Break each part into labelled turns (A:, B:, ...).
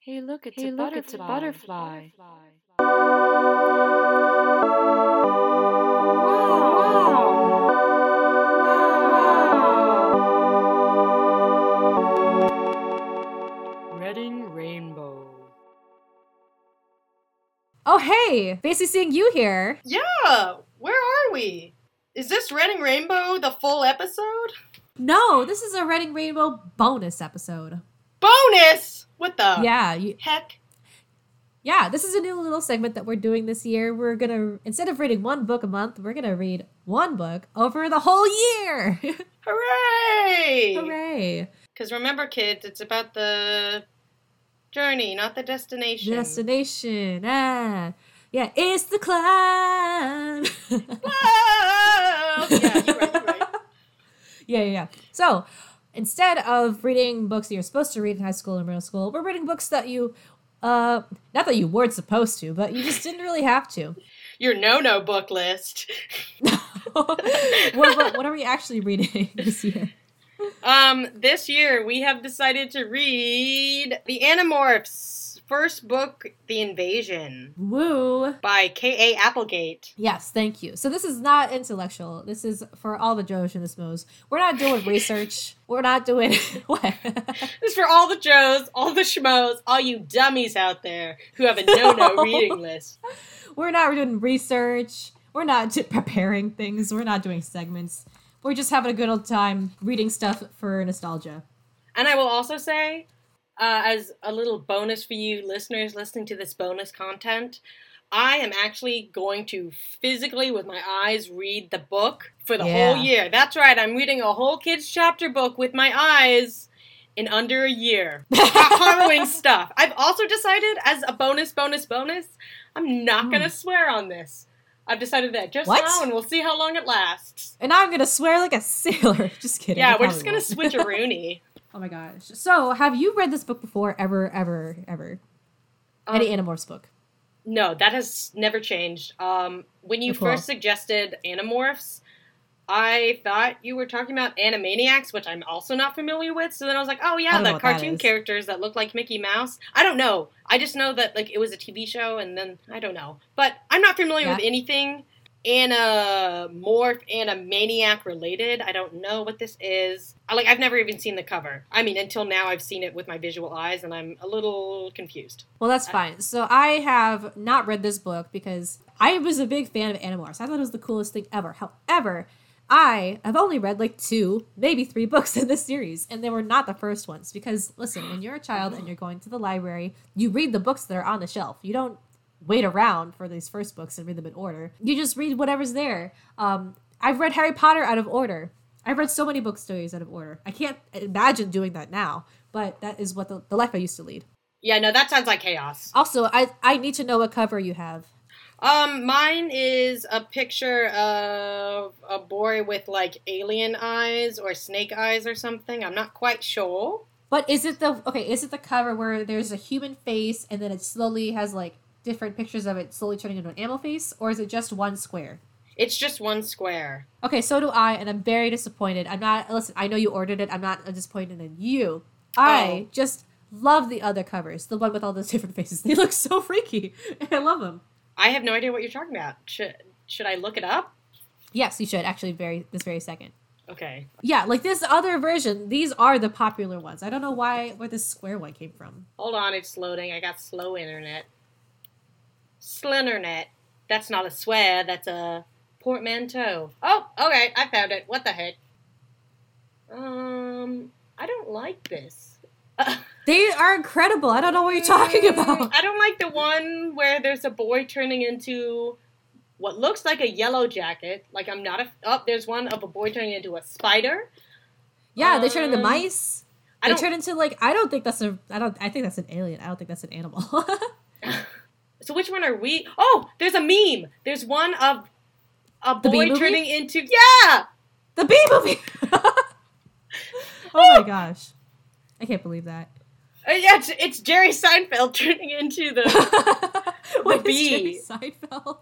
A: Hey, look, it's
B: Hey,
A: a
B: look, it's a
A: butterfly.
B: butterfly. Reading Rainbow.
C: Oh, hey! Fancy seeing you here.
D: Yeah, where are we? Is this Reading Rainbow the full episode?
C: No, this is a Reading Rainbow bonus episode.
D: Bonus! What the
C: yeah, you,
D: heck?
C: yeah. This is a new little segment that we're doing this year. We're gonna instead of reading one book a month, we're gonna read one book over the whole year.
D: Hooray!
C: Hooray!
D: Because remember, kids, it's about the journey, not the destination.
C: Destination. Ah. Yeah, it's the climb.
D: Whoa! Yeah, you're right, you're right.
C: yeah, yeah, yeah. So instead of reading books that you're supposed to read in high school and middle school, we're reading books that you, uh, not that you weren't supposed to, but you just didn't really have to.
D: Your no no book list.
C: what, what, what are we actually reading this year?
D: Um, this year we have decided to read The Animorphs' first book, The Invasion,
C: Woo.
D: by K.A. Applegate.
C: Yes, thank you. So this is not intellectual. This is for all the Joes and the Smos. We're not doing research. We're not doing what?
D: This is for all the Joes, all the Schmoes, all you dummies out there who have a no no reading list.
C: We're not doing research. We're not t- preparing things. We're not doing segments. We're just having a good old time reading stuff for nostalgia.
D: And I will also say, uh, as a little bonus for you listeners listening to this bonus content, I am actually going to physically, with my eyes, read the book for the
C: Yeah.
D: whole year. That's right, I'm reading a whole kids' chapter book with my eyes in under a year. Harrowing stuff. I've also decided, as a bonus, bonus, bonus, I'm not going to swear on this. I've decided that just
C: Hmm. What?
D: now, and we'll see how long it lasts.
C: And I'm gonna swear like a sailor. Just kidding. I
D: Yeah,
C: probably
D: we're just going to
C: won't.
D: switch a Rooney.
C: Oh my gosh. So, have you read this book before? Ever, ever, ever?
D: Um,
C: Any Animorphs book?
D: No, that has never changed. Um, when you
C: Cool.
D: first suggested Animorphs, I thought you were talking about Animaniacs, which I'm also not familiar with. So then I was like, oh
C: I
D: yeah,
C: don't know
D: the
C: what that
D: cartoon
C: is.
D: characters that look like Mickey Mouse. I don't know. I just know that like it was a TV show, and then I don't know. But I'm not familiar
C: Yeah.
D: with anything Animorph, Animaniac related. I don't know what this is. I, like I've never even seen the cover. I mean, until now, I've seen it with my visual eyes, and I'm a little confused.
C: Well, that's fine. So I have not read this book because I was a big fan of Animorphs. I thought it was the coolest thing ever. However, I have only read like two, maybe three books in this series, and they were not the first ones. Because listen, when you're a child and you're going to the library, you read the books that are on the shelf. You don't wait around for these first books and read them in order. You just read whatever's there. Um, I've read Harry Potter out of order. I've read so many book stories out of order. I can't imagine doing that now, but that is what the, the life I used to lead.
D: Yeah, no, that sounds like chaos.
C: Also, I I need to know what cover you have.
D: Um, mine is a picture of a boy with like alien eyes or snake eyes or something. I'm not quite sure.
C: But is it the okay? Is it the cover where there's a human face and then it slowly has like different pictures of it slowly turning into an animal face, or is it just one square?
D: It's just one square.
C: Okay, so do I, and I'm very disappointed. I'm not listen. I know you ordered it. I'm not disappointed in you. I
D: Oh.
C: just love the other covers, the one with all those different faces. They look so freaky, and I love them.
D: I have no idea what you're talking about. Should should I look it up?
C: Yes, you should actually very this very second.
D: Okay.
C: Yeah, like this other version. These are the popular ones. I don't know why where this square one came from.
D: Hold on, it's loading. I got slow internet. Slinternet. That's not a swear, that's a portmanteau. Oh, okay, I found it. What the heck? Um I don't like this.
C: They are incredible. I don't know what you're talking about.
D: I don't like the one where there's a boy turning into what looks like a yellow jacket. Like I'm not a. Oh, there's one of a boy turning into a spider.
C: Yeah, they turn into
D: Um,
C: mice.
D: I
C: They
D: don't.
C: turn into like I don't think that's a I don't I think that's an alien. I don't think that's an animal.
D: so which one are we? Oh, there's a meme. There's one of a
C: The Bee
D: boy
C: Movie?
D: turning into yeah.
C: the bee movie. oh my gosh, I can't believe that.
D: Uh, yeah, it's, it's Jerry Seinfeld turning into the.
C: What is
D: bee.
C: Jerry Seinfeld.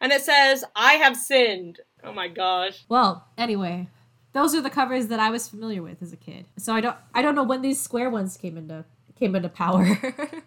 D: and it says, "I have sinned." Oh my gosh.
C: Well, anyway, those are the covers that I was familiar with as a kid. So I don't I don't know when these square ones came into came into power.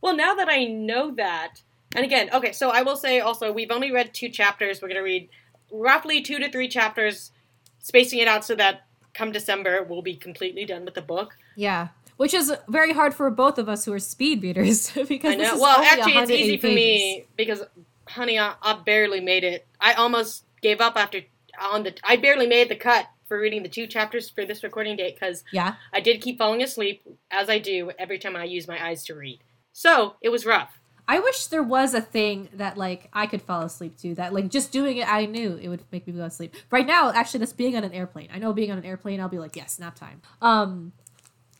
D: Well, now that I know that, and again, okay, so I will say also, we've only read two chapters. We're going to read roughly two to three chapters, spacing it out so that come December, we'll be completely done with the book.
C: yeah. Which is very hard for both of us who are speed readers because
D: I
C: this
D: know.
C: is
D: Well,
C: only
D: actually, it's
C: 180
D: easy for me because, honey, I, I barely made it. I almost gave up after on the. I barely made the cut for reading the two chapters for this recording date because
C: pages. Yeah.
D: I did keep falling asleep as I do every time I use my eyes to read. So it was rough.
C: I wish there was a thing that like I could fall asleep to that like just doing it I knew it would make me go to sleep. Right now, actually that's being on an airplane. I know being on an airplane I'll be like, yes, nap time. Um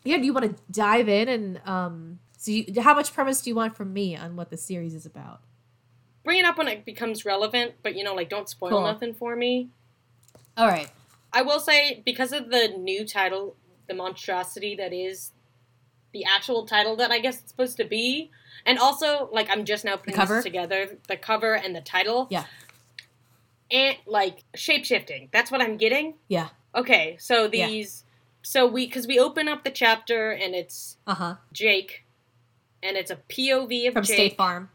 C: yeah, do you want to dive in and um so you, how much premise do you want from me on what the series is about?
D: Bring it up when it becomes relevant, but you know, like, don't spoil
C: Cool.
D: nothing for me.
C: All right.
D: I will say because of the new title, the monstrosity that is the actual title that I guess it's supposed to be, and also like I'm just now putting
C: cover?
D: this together, the cover and the title.
C: Yeah.
D: And like shape shifting. That's what I'm getting.
C: Yeah.
D: Okay, so
C: Yeah.
D: these, so we because we open up the chapter and it's
C: Uh-huh.
D: Jake, and it's a POV of
C: From
D: Jake.
C: State Farm.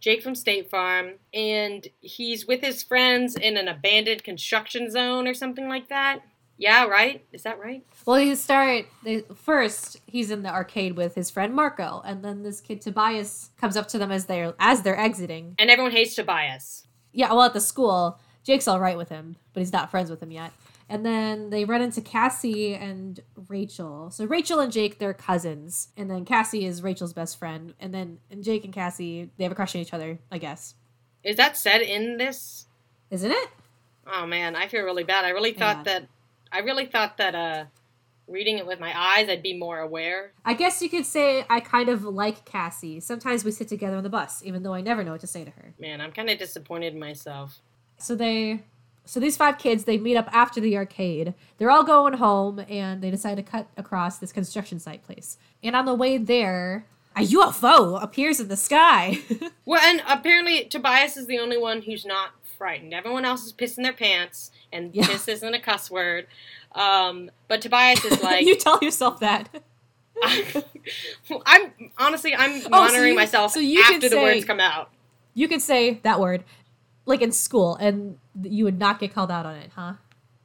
D: Jake from State Farm, and he's with his friends in an abandoned construction zone or something like that. Yeah, right? Is that right?
C: Well, he start they, first. He's in the arcade with his friend Marco, and then this kid Tobias comes up to them as they're as they're exiting.
D: And everyone hates Tobias.
C: Yeah, well, at the school, Jake's all right with him, but he's not friends with him yet. And then they run into Cassie and Rachel. So Rachel and Jake, they're cousins, and then Cassie is Rachel's best friend. And then and Jake and Cassie, they have a crush on each other, I guess,
D: Is that said in this?
C: isn't it?
D: Oh man, I feel really bad. I really thought
C: Yeah.
D: that I really thought that uh reading it with my eyes I'd be more aware.
C: I guess you could say I kind of like Cassie. Sometimes we sit together on the bus, even though I never know what to say to her.
D: Man, I'm kinda disappointed in myself.
C: so they so these five kids they meet up after the arcade they're all going home and they decide to cut across this construction site place and on the way there a ufo appears in the sky
D: Well and apparently Tobias is the only one who's not frightened. Everyone else is pissing their pants and
C: Yeah.
D: piss isn't a cuss word. Um but Tobias is like
C: you tell yourself that
D: I'm honestly I'm monitoring
C: Oh, you-
D: myself
C: so you
D: after
C: could
D: the
C: say-
D: words come out.
C: you could say that word like in school and you would not get called out on it huh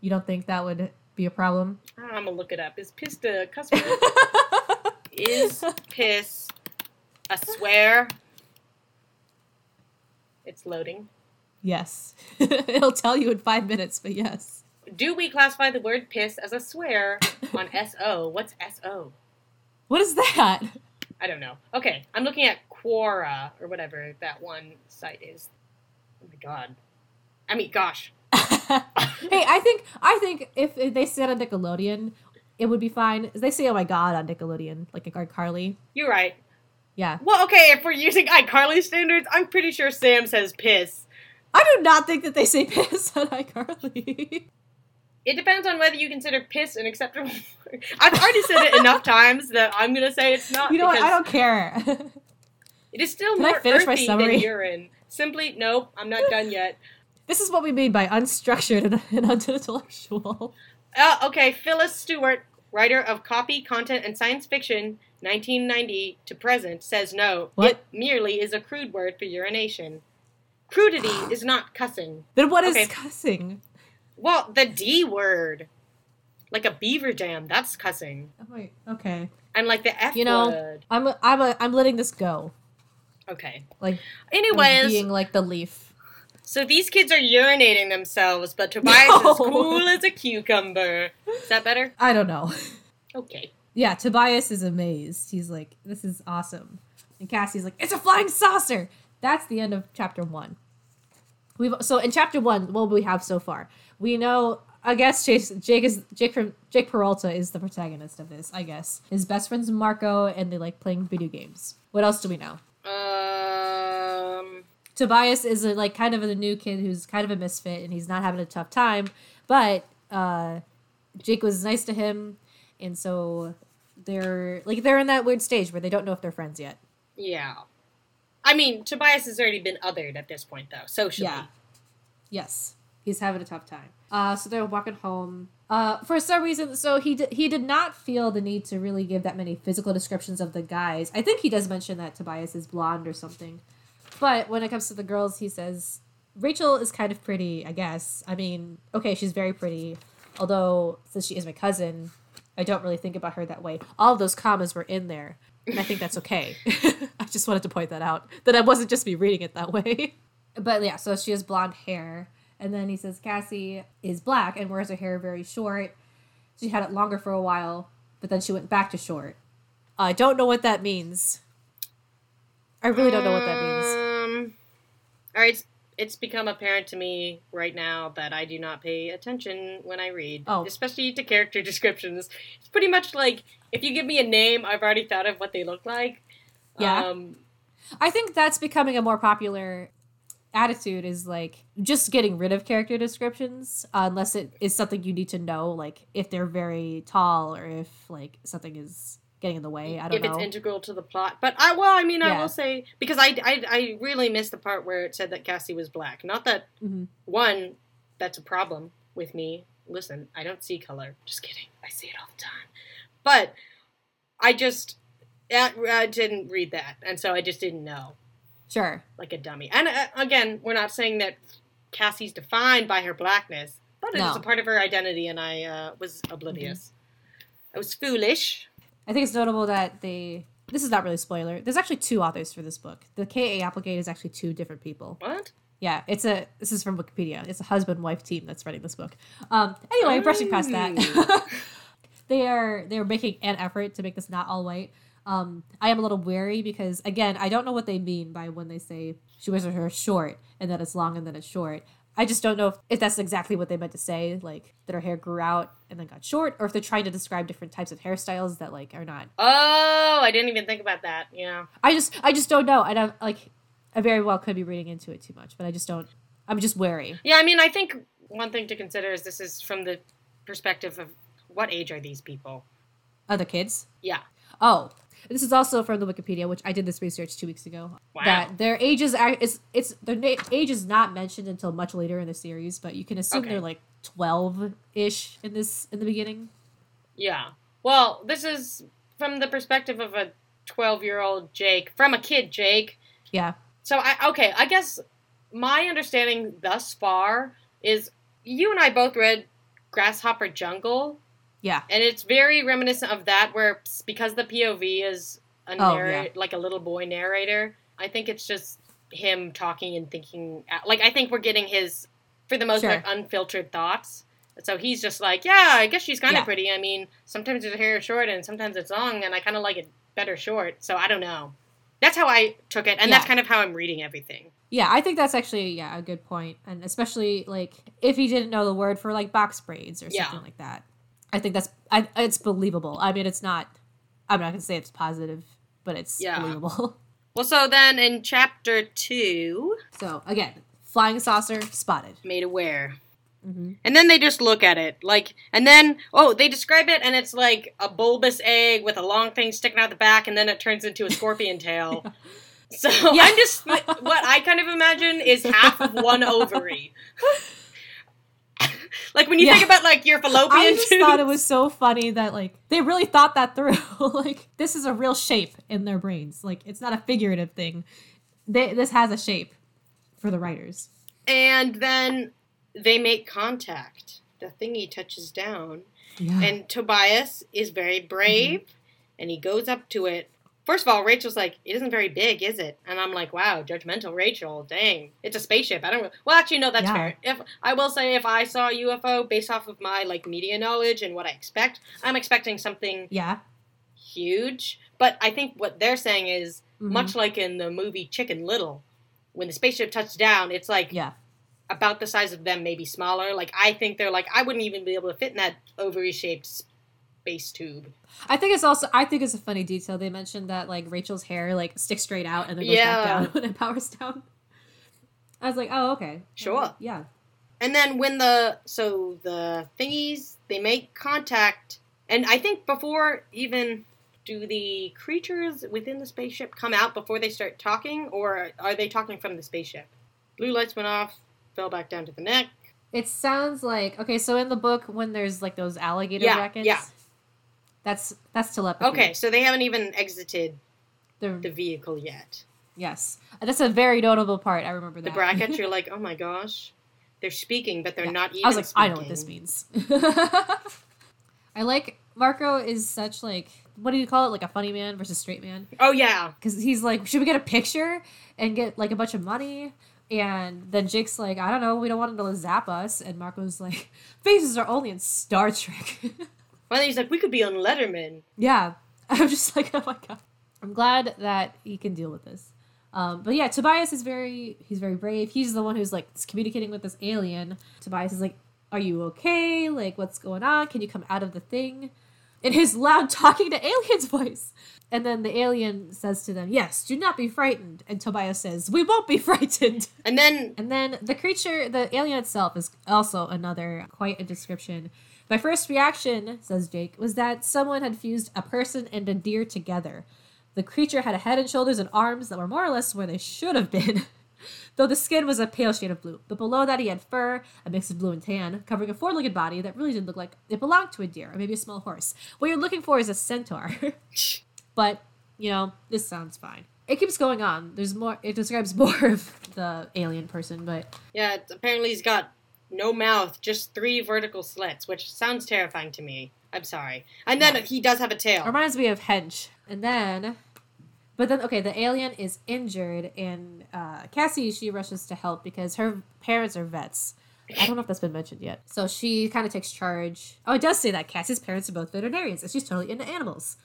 C: you don't think that would be a problem
D: I'm gonna Ah, look it up. Is piss a cuss word? Is piss a swear? It's loading.
C: yes it'll tell you in five minutes but yes
D: Do we classify the word piss as a swear on SO? What's SO?
C: what is that
D: I don't know. Okay, I'm looking at Quora or whatever that one site is. Oh my god. I mean, gosh.
C: hey, I think I think if if they said on Nickelodeon, it would be fine. They say "Oh my god" on Nickelodeon, like like Carly.
D: You're right.
C: Yeah,
D: Well, okay, if we're using iCarly standards, I'm pretty sure Sam says piss.
C: I do not think that they say piss on iCarly.
D: It depends on whether you consider piss an acceptable word. I've already said it enough times that I'm gonna say it's not.
C: you know what? I
D: because-
C: don't care.
D: It is still
C: Can I
D: more
C: finish my
D: earthy
C: summary?
D: than urine. Simply, nope, I'm not done yet.
C: this is what we mean by unstructured and, and unintellectual.
D: Uh, okay, Phyllis Stewart, writer of copy, content, and science fiction, 1990 to present, says no.
C: What?
D: It merely is a crude word for urination. Crudity is not cussing.
C: Then what is
D: Okay.
C: cussing?
D: Well, the D word, like a beaver dam, that's cussing.
C: Oh, wait, okay.
D: And like the F
C: You know-
D: word.
C: I'm a, I'm a, I'm letting this go.
D: Okay.
C: Like I'm
D: Anyways,
C: being like the leaf.
D: so these kids are urinating themselves, but Tobias
C: No.
D: is cool as a cucumber. Is that better?
C: I don't know.
D: Okay.
C: Yeah, Tobias is amazed. He's like, this is awesome. And Cassie's like, it's a flying saucer. That's the end of chapter one. We've so in chapter one, what we have so far? We know I guess Chase, Jake is Jake from Jake Peralta is the protagonist of this, I guess. His best friend's Marco and they like playing video games. What else do we know?
D: Um,
C: Tobias is a, like kind of a new kid who's kind of a misfit and he's not having a tough time, but uh, Jake was nice to him, and so they're like they're in that weird stage where they don't know if they're friends yet.
D: yeah. I mean, Tobias has already been othered at this point, though, socially.
C: Yeah. Yes, he's having a tough time. Uh, so they're walking home. Uh, for some reason, so he did, he did not feel the need to really give that many physical descriptions of the guys. I think he does mention that Tobias is blonde or something. But when it comes to the girls, he says Rachel is kind of pretty, I guess. I mean, okay, she's very pretty. Although since she is my cousin, I don't really think about her that way. All of those commas were in there, and I think that's okay. I just wanted to point that out that I wasn't just me reading it that way. But yeah, so she has blonde hair, and then he says Cassie is black and wears her hair very short. She had it longer for a while, but then she went back to short. I don't know what that means. I really don't know what that means.
D: Um, all right, it's, it's become apparent to me right now that I do not pay attention when I read,
C: Oh.
D: especially to character descriptions. It's pretty much like if you give me a name, I've already thought of what they look like.
C: Yeah.
D: Um,
C: I think that's becoming a more popular attitude is like just getting rid of character descriptions uh, unless it is something you need to know like if they're very tall or if like something is getting in the way i don't
D: if
C: know
D: it's integral to the plot. But I well, I mean, I
C: Yeah.
D: will say because I, I I really missed the part where it said that Cassie was black. Not that
C: Mhm.
D: one, that's a problem with me. Listen, I don't see color. Just kidding. I see it all the time. But I just that, I didn't read that, and so I just didn't know
C: sure
D: like a dummy. And uh, again, we're not saying that Cassie's defined by her blackness, but it is
C: No.
D: a part of her identity, and I uh, was oblivious.
C: Mm-hmm.
D: I was foolish.
C: I think it's notable that they. This is not really a spoiler. There's actually two authors for this book. The K.A. Applegate is actually two different people.
D: What?
C: Yeah, it's a. This is from Wikipedia. It's a husband wife team that's writing this book. Um. Anyway, brushing past that, they are they are making an effort to make this not all white. Um, I am a little wary because again, I don't know what they mean by when they say she wears her hair short and then it's long and then it's short. I just don't know if, if that's exactly what they meant to say, like that her hair grew out and then got short, or if they're trying to describe different types of hairstyles that like are not
D: Oh, I didn't even think about that. Yeah.
C: I just I just don't know. I don't like I very well could be reading into it too much, but I just don't I'm just wary.
D: Yeah, I mean, I think one thing to consider is this is from the perspective of what age are these people?
C: Other kids?
D: Yeah.
C: Oh. This is also from the Wikipedia, which I did this research two weeks ago.
D: Wow.
C: That their ages are it's it's their na- age is not mentioned until much later in the series, but you can assume
D: Okay.
C: they're like twelve ish in this in the beginning.
D: Yeah. Well, this is from the perspective of a 12 year old Jake, from a kid Jake.
C: Yeah.
D: So, I, okay, I guess my understanding thus far is you and I both read Grasshopper Jungle,
C: Yeah.
D: and it's very reminiscent of that, where s- because the POV is a
C: Oh,
D: narr-
C: yeah.
D: like a little boy narrator, I think it's just him talking and thinking. out- Like I think we're getting his, for the most
C: Sure.
D: part, unfiltered thoughts. So he's just like, yeah, I guess she's kind of
C: Yeah.
D: pretty. I mean, sometimes her hair is short and sometimes it's long, and I kind of like it better short. So I don't know. That's how I took it, and that's
C: Yeah.
D: kind of how I'm reading everything.
C: Yeah, I think that's actually yeah, a good point. And especially like if he didn't know the word for like box braids or
D: Yeah.
C: something like that. I think that's I, it's believable. I mean, it's not I'm not going to say it's positive, but it's
D: Yeah.
C: believable.
D: Well, so then in chapter two,
C: so, again, flying saucer spotted.
D: made aware.
C: Mm-hmm.
D: And then they just look at it, like, and then oh, they describe it, and it's like a bulbous egg with a long thing sticking out the back, and then it turns into a scorpion tail. So
C: Yeah.
D: I'm just what I kind of imagine is half of one ovary. like when you think
C: Yeah.
D: about like your
C: I
D: fallopian
C: just
D: tube.
C: thought it was so funny that like they really thought that through. like this is a real shape in their brains. Like it's not a figurative thing. They, this has a shape for the writers.
D: and then they make contact. The thingy touches down,
C: Yeah.
D: and Tobias is very brave and he goes up to it. First of all, Rachel's like, it isn't very big, is it? And I'm like, wow, judgmental Rachel. Dang, it's a spaceship. I don't. Really... Well, actually, no, that's
C: Yeah.
D: fair. If I will say, if I saw a UFO based off of my like media knowledge and what I expect, I'm expecting something
C: yeah.
D: huge. But I think what they're saying is
C: Mhm.
D: much like in the movie Chicken Little, when the spaceship touched down, it's like
C: yeah.
D: about the size of them, maybe smaller. Like I think they're like I wouldn't even be able to fit in that ovary shaped space tube.
C: I think it's also I think it's a funny detail. They mentioned that like Rachel's hair like sticks straight out and then goes
D: Yeah.
C: back down when it powers down. I was like, oh okay,
D: Sure.
C: yeah,
D: And then when the so the thingies they make contact, and I think before even do the creatures within the spaceship come out before they start talking, or are they talking from the spaceship? Blue lights went off, fell back down to the neck.
C: It sounds like okay. So in the book, when there's like those alligator
D: Yeah,
C: jackets,
D: yeah.
C: that's that's telepathy.
D: Okay, so they haven't even exited
C: The-
D: the vehicle yet.
C: yes, that's a very notable part. I remember that
D: The brackets, you're like, oh my gosh, they're speaking, but they're
C: Yeah.
D: not even.
C: I was like, I know what
D: speaking."
C: this means. I like Marco is such like what do you call it? Like a funny man versus straight man
D: Oh yeah,
C: because he's like, should we get a picture and get like a bunch of money? And then Jake's like, I don't know, we don't want him to zap us. And Marco's like, faces are only in Star Trek.
D: Well, he's like, we could be on Letterman.
C: yeah, I'm just like, oh my god. I'm glad that he can deal with this. Um, but yeah, Tobias is very he's very brave. He's the one who's like communicating with this alien. Tobias is like, "Are you okay? Like, what's going on? Can you come out of the thing?" In his loud talking to aliens voice. And then the alien says to them, "Yes, do not be frightened." And Tobias says, "We won't be frightened."
D: And then,
C: And then the creature, the alien itself, is also another quite a description. My first reaction, says Jake, was that someone had fused a person and a deer together. The creature had a head and shoulders and arms that were more or less where they should have been, though the skin was a pale shade of blue. But below that, he had fur, a mix of blue and tan, covering a four legged body that really did look like it belonged to a deer or maybe a small horse. What you're looking for is a centaur. but you know this sounds fine it keeps going on there's more it describes more of the alien person but
D: yeah, it's, apparently he's got no mouth, just three vertical slits, which sounds terrifying to me. I'm sorry. And then he does have a
C: it
D: tail.
C: reminds me of hench and then but then okay the alien is injured and uh, cassie she rushes to help because her parents are vets i don't know if that's been mentioned yet so she kind of takes charge oh it does say that cassie's parents are both veterinarians and she's totally into animals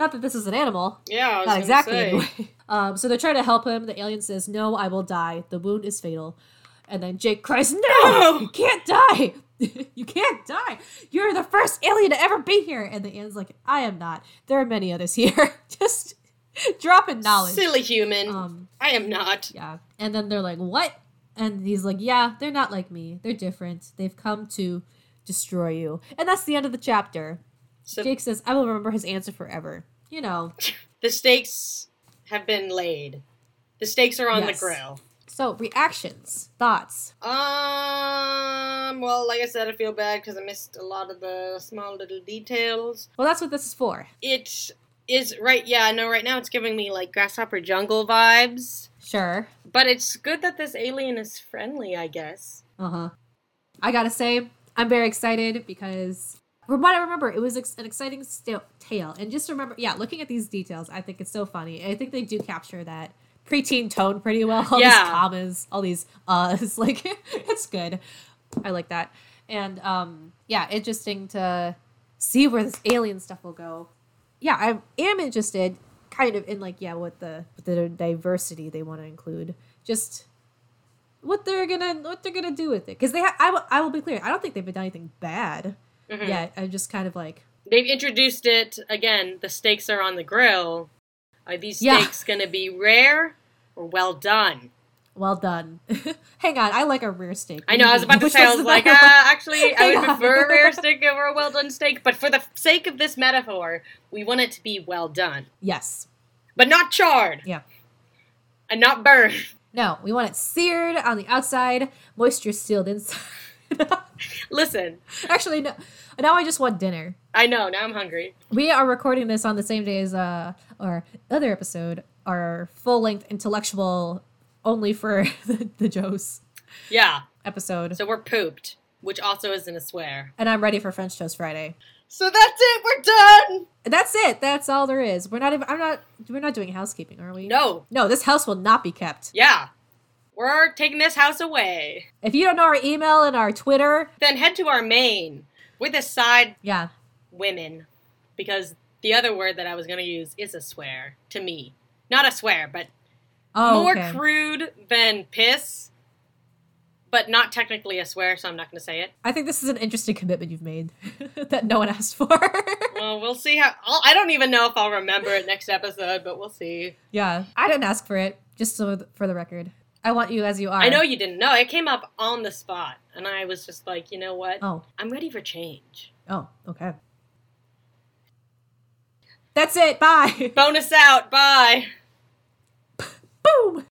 C: not that this is an animal
D: Yeah, I
C: Not
D: was gonna
C: exactly.
D: say.
C: anyway. Um, so they're trying to help him. The alien says, "No, I will die. The wound is fatal." And then Jake cries, "No,
D: No!
C: you can't die. you can't die. You're the first alien to ever be here." And the alien's like, "I am not. There are many others here. Just dropping knowledge."
D: Silly human.
C: Um,
D: I am not.
C: yeah. And then they're like, "What?" And he's like, "Yeah, they're not like me. They're different. They've come to destroy you." And that's the end of the chapter.
D: So
C: Jake says, "I will remember his answer forever." You know.
D: the stakes have been laid. The stakes are on
C: Yes.
D: the grill.
C: So reactions, thoughts.
D: Um. Well, like I said, I feel bad because I missed a lot of the small little details.
C: Well, that's what this is for.
D: It is right. Yeah, I know. Right now, it's giving me like grasshopper jungle vibes.
C: Sure.
D: But it's good that this alien is friendly, I guess.
C: Uh huh. I gotta say, I'm very excited because from what I remember, it was ex- an exciting sta- tale. And just remember, yeah, looking at these details, I think it's so funny. I think they do capture that preteen tone pretty well. All
D: Yeah.
C: these commas, all these uhs, like it's good. I like that. And um, yeah, interesting to see where this alien stuff will go. Yeah, I am interested, kind of in like yeah, what the what the diversity they want to include. Just what they're gonna what they're gonna do with it because they ha- I will I will be clear I don't think they've done anything bad
D: Mm-hmm.
C: yet I'm just kind of like
D: They've introduced it again. The stakes are on the grill. Are these
C: Yeah.
D: steaks gonna be rare or well done?
C: well done hang on I like a rare steak
D: I know. I was about to
C: Which
D: say. I
C: one's
D: was
C: the
D: like, uh,
C: better one?
D: actually, I would
C: Yeah.
D: prefer a rare steak over a well done steak. But for the sake of this metaphor, we want it to be well done,
C: yes
D: but not charred
C: yeah
D: and not burned.
C: no we want it seared on the outside moisture sealed inside
D: Listen,
C: actually no now I just want dinner
D: I know. Now I'm hungry.
C: we are recording this on the same day as uh, our other episode our full length intellectual only for the, the Joes
D: Yeah.
C: episode
D: So we're pooped, which also isn't a swear.
C: and I'm ready for French toast Friday.
D: So that's it. We're done.
C: That's it. That's all there is. We're not. Even, I'm not. We're not doing housekeeping, are we?
D: No.
C: No. This house will not be kept.
D: Yeah. We're taking this house away.
C: If you don't know our email and our Twitter,
D: Then head to our main. We're the side
C: yeah,
D: women. Because the other word that I was going to use is a swear to me. Not a swear, but
C: oh,
D: more
C: okay.
D: crude than piss. But not technically a swear, so I'm not going to say it.
C: I think this is an interesting commitment you've made that no one asked for.
D: Well, we'll see how. I'll, I don't even know if I'll remember it next episode, but we'll see.
C: yeah, I didn't ask for it. Just so for the record, I want you as you are.
D: I know you didn't know. It came up on the spot, and I was just like, you know what?
C: Oh.
D: I'm ready for change.
C: Oh. Okay. That's it. Bye.
D: Bonus out. Bye.
C: Boom.